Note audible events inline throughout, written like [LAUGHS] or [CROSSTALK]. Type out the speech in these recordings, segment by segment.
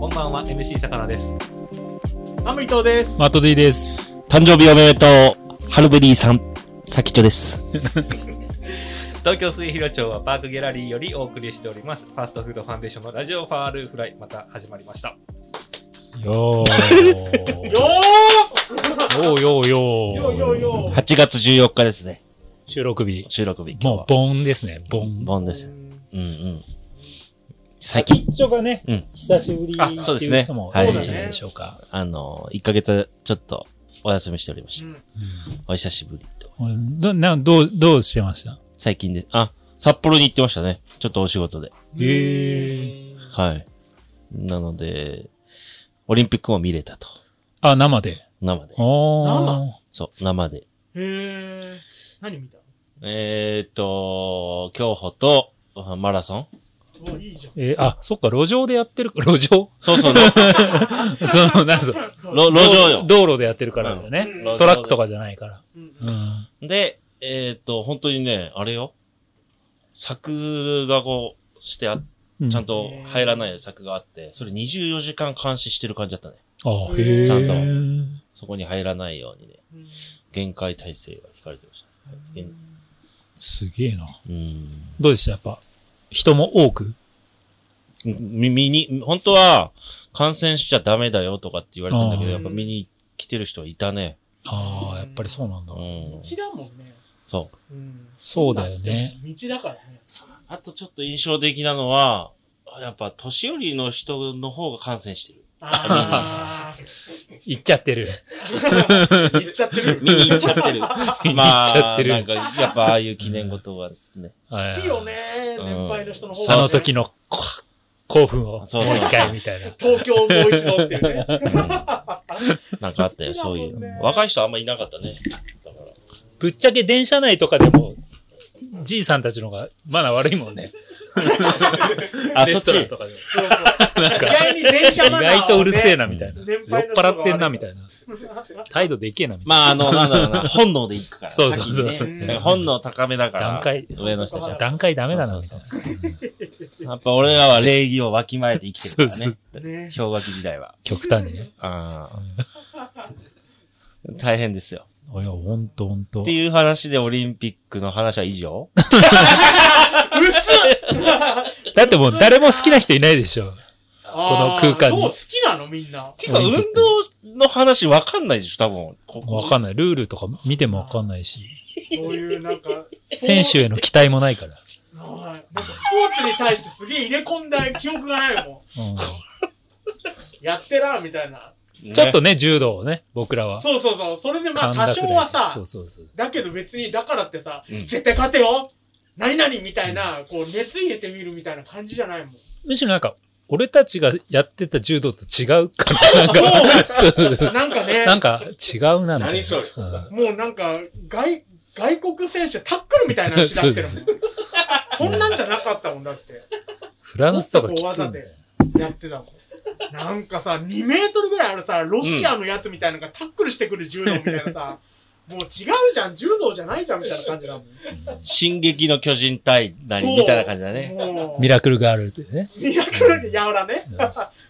こんばんは、MC さかなです。ハム伊藤です。マットディです。誕生日おめでとう、ハルベリーさん、さきちょです。東京水広町はパークギャラリーよりお送りしております。ファーストフードファンデーションのラジオファールフライ、また始まりました。よー。よーよーよー。よ8月14日ですね、収録日。収録日。もう、ボンですね、ボン。ボンです。うんうん。最近、一応がねうん久しぶりあそうですねってい人もはい多いんじゃないでしょうか。あの、1ヶ月ちょっとお休みしておりました。お久しぶりと。うんど、な、どう、どうしてました最近で、あ、札幌に行ってましたね。ちょっとお仕事で。へー。はい。なので、オリンピックも見れたと。あ、生で。生で。おー。生そう、生で。へー。何見たえーっと、競歩と、マラソンお、いいじゃん。えーあ、そっか、 [LAUGHS] 路上でやってる、路上そう [LAUGHS] そそう、の、なん [LAUGHS] ぞ。ろ路上よ。道路でやってるからだよね。うんトラックとかじゃないから。うんうん。で、えーっと、本当にね、あれよ。柵がこう、してあ、うちゃんと。と入らない柵があって、それ24時間監視してる感じだったね。あ、へえ。ちゃんとんそこに入らないようにね、限界体制が引かれてました。と。すげえな。うん。どうでしたやっぱ、人も多くみ、見に、本当は、感染しちゃダメだよとかって言われたんだけあど、ーやっぱ見に来てる人はいたね。ああ、やっぱりそうなんだ。うん。道だもんね。そう。うんそうだよね。。道だから [LAUGHS] ね。あとちょっと印象的なのは、やっぱ年寄りの人の方が感染してる。あ行っちゃってる。ー。行っちゃってる。見に行っちゃってる。行まっちゃっあ、てるなんか、やっぱああいう記念事はですね。はいいいよね。うん年配の人の方あがねの時。のこ興奮をもうそうそう一回みたいな。東京をもう一度っていうね。なんかあったよ、そうい好きだもんうね。若い人あんまいなかったね。だから。ぶっちゃけ電車内とかでも、じいさんたちの方がマナー悪いもんね。あ、レそっストランちと。かでも。そうそう意外に電車意マナー外とうるせえなみたいな。を酔ねっ年配の人が払ってんなみたいな。態度でけえなみたいな。まあ、あの、なんだろうな、本能で行くから。そうそうそう先にねなんか本能高めだから。段階上の人じゃん。段階ダメだなみたそいうな。やっぱ俺らは礼儀をわきまえて生きてるからそうね。ね。氷河期時代は。極端にね。あー大変ですよ。いや、ほんとほんとって。いう話でオリンピックの話は以上だってもう誰も好きな人いないでしょ。あーこの空間にどう好きなのみんな。ていうか、運動の話わかんないでしょ、多分。ここわかんない。ルールとか見てもわかんないし。そういうなんか。 [LAUGHS] 選手への期待もないから。はいなんかスポーツに対してすげえ入れ込んだ記憶がないもん。うんやってら、みたいな。ねちょっとね、柔道をね、僕らは。そうそうそう。それでまあ勘だ多く少らいはさ、そうそうそう。だけど別にだからってさ、うん絶対勝てよ何々みたいな、こう熱入れてみるみたいな感じじゃないもん。むしろなんか、俺たちがやってた柔道と違うかな。そうなんか [LAUGHS] ね、なんか、違うなみたいな。何それうんもうなんか外、外国選手タックルみたいなのしだしてるもん。そ [LAUGHS] そんなんじゃなかったもんだって。フランスとかきついもんっとこう技だよで。やってたもん。なんかさ、2メートルぐらいあるさ、ロシアのやつみたいなのがタックルしてくる柔道みたいな [LAUGHS] さ、もう違うじゃん、柔道じゃないじゃんみたいな感じだもん。進撃の巨人対何みたいな感じだね。もうミラクルガールってね。ミラクル、やおらね。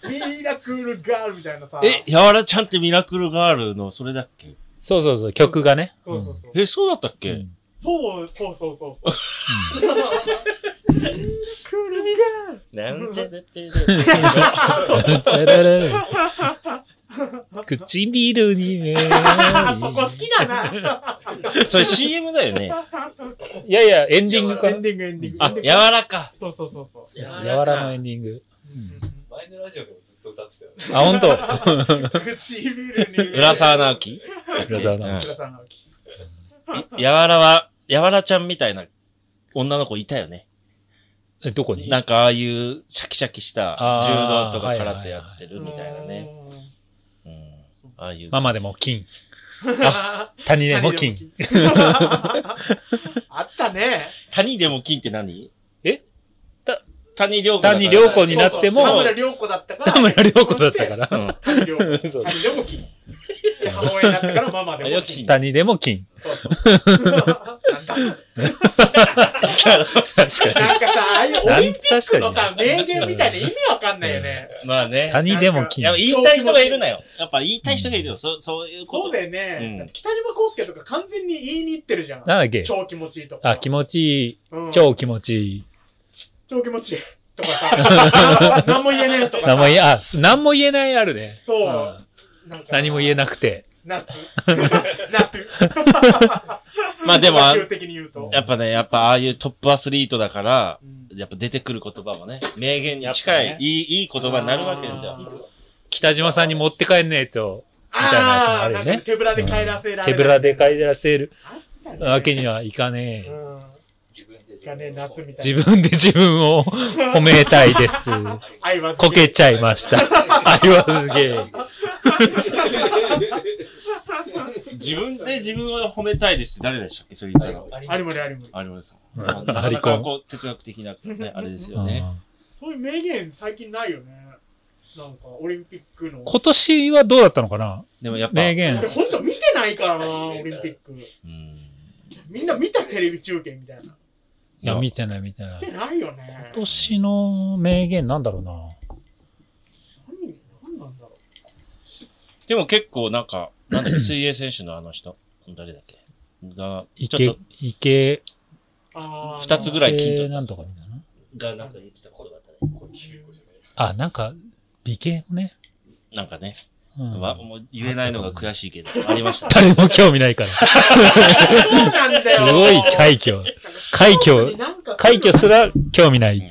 ミラクルガールみたいなさ。え、やわらちゃんってミラクルガールのそれだっけそうそうそう、曲がね。そうそうそう。え、そうだったっうけ、んそうそうそうそうそう。クルミがなんちゃだって。うんチャラララ唇にね。あ、そこ好きだな。 [LAUGHS] それ CM だよね。いやいや、エンディングか [LAUGHS] エなン。ディングエンディング。あ、柔らか。そうそうそうそう。柔らのエンディング。前のラジオでもずっと歌ってたよね。あ、ほんと。唇に。浦沢直樹浦沢直浦沢直樹。うんやわらは、やわらちゃんみたいな女の子いたよね。え、どこになんかああいうシャキシャキしたあー柔道とかはいはい空手やってるみたいなね。うんああいう。ママでも金。あ、谷 [LAUGHS] でも金。あったね。谷でも金って何えた、谷良子だから。谷良子になって田も、村良子だったから。田村良子だったか。ら、うん。谷良子。そう谷良子金。母親になってからママでも金。 [LAUGHS] 谷でも金。なんだ確かに。なんかさ、ああいうオリンピックのなさ、名言みたいで意味わかんないよね。 [LAUGHS] まあね。谷でもい金。や、はい言いたい人がいるなよ。やっぱ言いたい人がいるよ。そう、そういうこそと。うだようねん。北島康介とか完全に言いに行ってるじゃん。なんだっけ超気持ちいいとか。あ、気持ちいい。うん超気持ちいい。超気持ちいいとか [LAUGHS] さ。何も言えねえとかさ。何も言え、あ、何も言えないあるね。そう。なんか何も言えない。なくて。ナッ [LAUGHS] ツ。ナッツ。まあでも、中的に言うと。やっぱね、やっぱああいうトップアスリートだからう、んやっぱ出てくる言葉もね、名言に近い、やっぱねいい、いい言葉になるわけですよ。北島さんに持って帰んねえと、みたいなやつもああるーよなんねか手ぶらで帰らせられ手る。ぶらで帰らせるあったね。わけにはいかねうえ。ん。自分でいかねえ、夏みたい自な。分で自分 [LAUGHS] を褒めたいです。愛はこけちゃいま [LAUGHS] した。あれはすげえ。自分で自分を褒めたいですって誰でしたっけそれ言ったの。ありもりありもり。有森さん。うんなかなかこう、哲学的な、ね、あれですよね。そういう名言最近ないよね。なんか、オリンピックの。今年はどうだったのかなでもやっぱ、名俺言。ほんと見てないからな、オリンピック。うん。みんな見たテレビ中継みたいな。いや、見てない見てな見い。てないよね今。年の名言なんだろうな。何、何なんだろでも結構なんか、なんだっけ、水泳選手のあの人、誰だっけが、ちょっ池と、、池、う。あー二つぐらい金取池っなんとかみたいな。がなんか言ってた言葉だね。あ、なんか、美形のね。なんかね、うんわもう言えないのが悔しいけど、ありま [LAUGHS] したね。誰も興味ない [LAUGHS] から。すそうなんだよ。ごい快挙。快挙。なんか快挙すら興味ない。う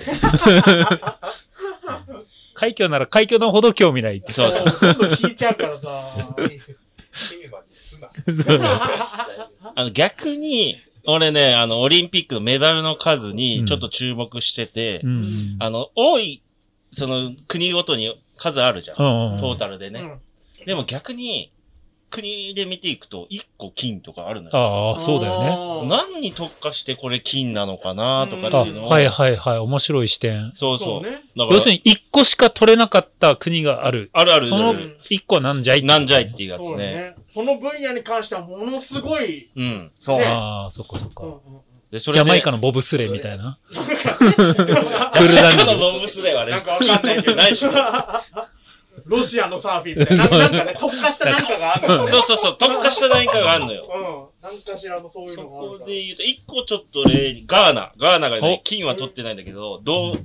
[LAUGHS] 快挙なら快挙のほど興味 [LAUGHS] ないって。そうそう。どんどん聞いちゃうからさ。テーマにすな。んあの逆に、俺ね、あの、オリンピックのメダルの数うにんちょっと注目してて、うんうん。あの、多い、その、国ごとに数あるじゃん。うんうんトータルでうね。んでも逆に、国で見ていくと、1個金とかあるのよ。ああ、そうだよね。あ何に特化してこれ金なのかなとあ、かっていうのを。はいはいはい。面白い視点。そうーそ。そううだかね。ら、要するに、一個しか取れなかった国がある。あるあるその一個なんじゃいってなんじゃいっていうやつそうね。ね。その分野に関してはものすごい。うん。そう。ねああ、そっかそっうんうんか。[LAUGHS] で、そジれャで、マイカのボブスレーみたいな。 [LAUGHS] クージャ [LAUGHS] マイカルダウンのボブスレーはなんねか、わかんな金いけ [LAUGHS] どないでしょ。ロシアのサーフィンみたいな。なんかね、特化したなんかがあるのそうそうそう、特化した何かがあるのよ。うん。何かしらのそういうそのがあるこから。で言うと、一個ちょっと例に、ガーナ。ガーナがねお、金は取ってないんだけど、銅、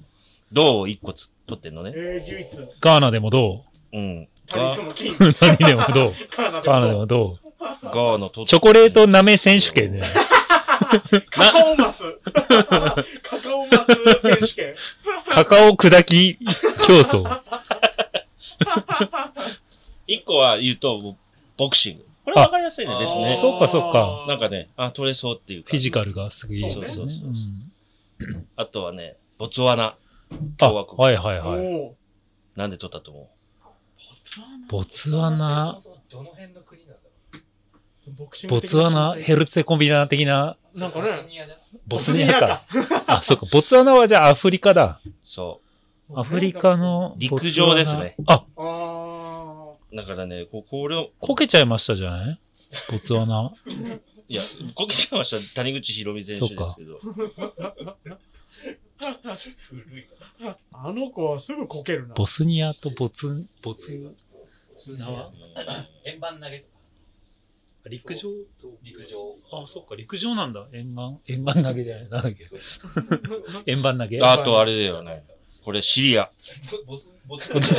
銅を一個つ取ってんのね。えー、唯一。ガーナでもどうん。カガニの金。う何でもどうカナガーナでダもどうガーナ取って。チョコレート舐め選手権ね。カカオマス。カカオマス選手権。カカオ砕き競争。一個は言うと、ボクシング。これわかりやすいね、別にあーね。そうかそうかなんか。ね、あ、取れそうっていうか。フィジカルがすげえいいそうね。そうそううんあとはね、ボツワナ。あ、共和国。はいはいはい。おなんで取ったと思ボツワナ、どの辺の国なんだろーボクシングボ的ツワナ、ヘルツェコンビナ的な、うなんかね、ボスニアか。あ、そうか。ボツワナはじゃあアフリカだ。うそアフリカ。の。陸上ですねボツワナ。あ、あう。だからね、こう、これを、こけちゃいましたじゃないボツワナ。いや、こけちゃいました。谷口博美選手ですけど。古いな。あ、あの子はすぐこけるな。ボスニアとボツ、ボツ、うん円盤投げとか、陸上陸上。あ、そっか、陸上なんだ。沿岸、沿岸投げじゃない。なんだっけ。 [LAUGHS] 円盤投げ。あとあれだよね。これ、シリア。ボス、ボス。 [LAUGHS] 答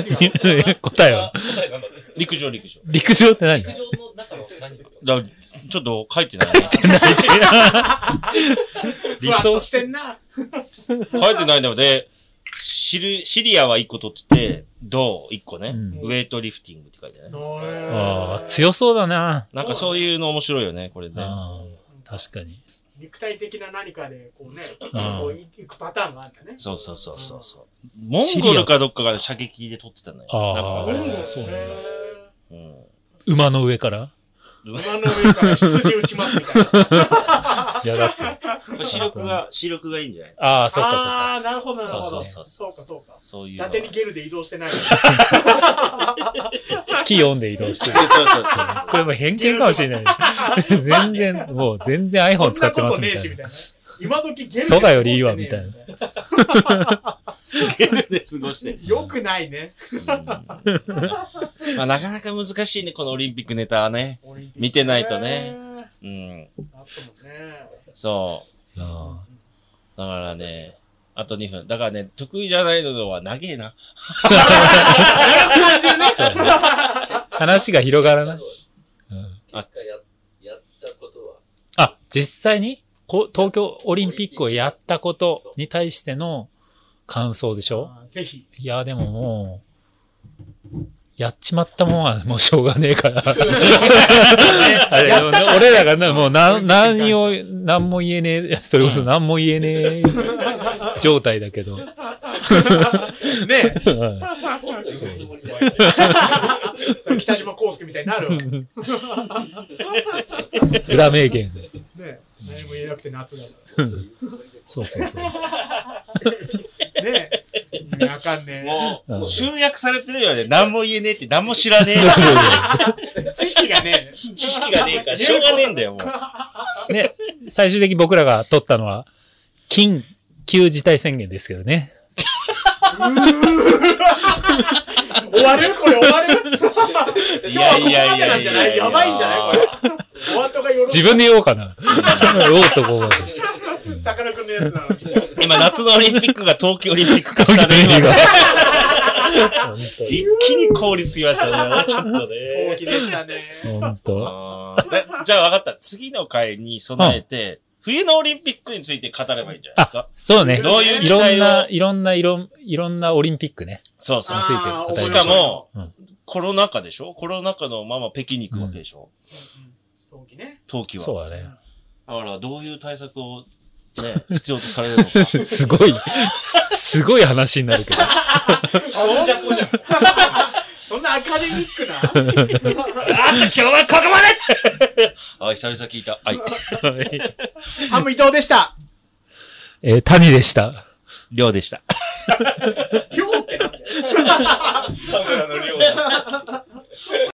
えは答えなんだね陸上、陸上。陸上って何陸上の中の何だろうだからちょっと書いてない。リふわっソーとしス。てんな。書いてないので、シルシリアは1個取ってて、銅1個ね、うんウェイトリフティングって書いてね。ああ、い。強そうだな。なんかそういうの面白いよね、これね。ああ、確かに。肉体的な何かで、こうね、んこうい行くパターンがあるんだね。そうそうそうそうそう。モンゴルかどっかが射撃で撮ってたのよ。あーなんかわかりづらいそうなんだへうん馬の上からー馬の上から羊打ちますみたいな。いやだって。これ視力が、視力がいいんじゃないああ、そうかそうか。ああ、なるほど、なるほど。そうそそううかそう、そうか。そうい伊うのは。達にゲルで移動してない。月読んで移動してそうる。そうそうそう。これもう偏見かもしれない。 [LAUGHS] 全然、もう全然 iPhone 使ってまこんなことすみたねえしいみたいな。な。今時ゲルで移動してねえよ。蘇我よりいいわみたいな [LAUGHS] ゲルで過ごして。よくないね。うんまあ、なかなか難しいね、このオリンピックネタはね。見てないとねうん。あったもんね。そう。あだからね、あと2分。だからね、得意じゃないのは長えな。あそうやね話が広がらない。うん結果ややったことは、あ、実際にこ東京オリンピックをやったことに対しての感想でしょあーぜひ。いや、でももう、やっちまったもんはもうしょうがねえ [LAUGHS] から。あれ、でもね [LAUGHS] 俺らがな、もうな、何を、何も言えねえ、それこそ何も言え [LAUGHS] ねえ状態だけど。ね [LAUGHS] うんもっと言うつもりでそれ北島康介みたいになるわ。ね裏名言。何も言えなくて夏だかそうそう [LAUGHS] そう。ら。ね意味わかんねもうんう、集約されてるよね。何も言えねえって、何も知らね [LAUGHS] え。知識がねえ。知識がねえから、しょうがねえんだよ、もう。ね、最終的に僕らが取ったのは、緊急事態宣言ですけどね。え。終わるこれ終わ [LAUGHS] るい今日やはここいやまいでやないんじゃやないやばいんじゃな [LAUGHS] いこれ。終わったがよろしい自分で言おうか [LAUGHS] な。言おうとこうかな。さかなクンのやつなのに。今、夏のオリンピックが冬季オリンピック化東し京たの意ね。味今が。一気に凍りすぎましたね。ちょっと大ね。きでしたね。本当。あーだじゃあ分かった。次の回に備えて、冬のオリンピックについて語ればいいんじゃないですか。そうね。どういうい時ろん代な、を。いろんな、いろん、いろんなオリンピックね。そうそう。あーついてるしかも、うんコロナ禍でしょコロナ禍のまま北京に行くわけでしょ、同期ね。冬季は。そうだね。 [LAUGHS] だから、どういう対策を、ね、必要とされるのか。 [LAUGHS] すごい、すごい話になるけど。そんじゃこじゃ。 [LAUGHS] そんなアカデミックな。 [LAUGHS] 今日はここまであ、久々聞いた。はい。ハム伊藤で [LAUGHS] した。えー谷でした。りょうでした。ようってなんだよ。カメラの量が。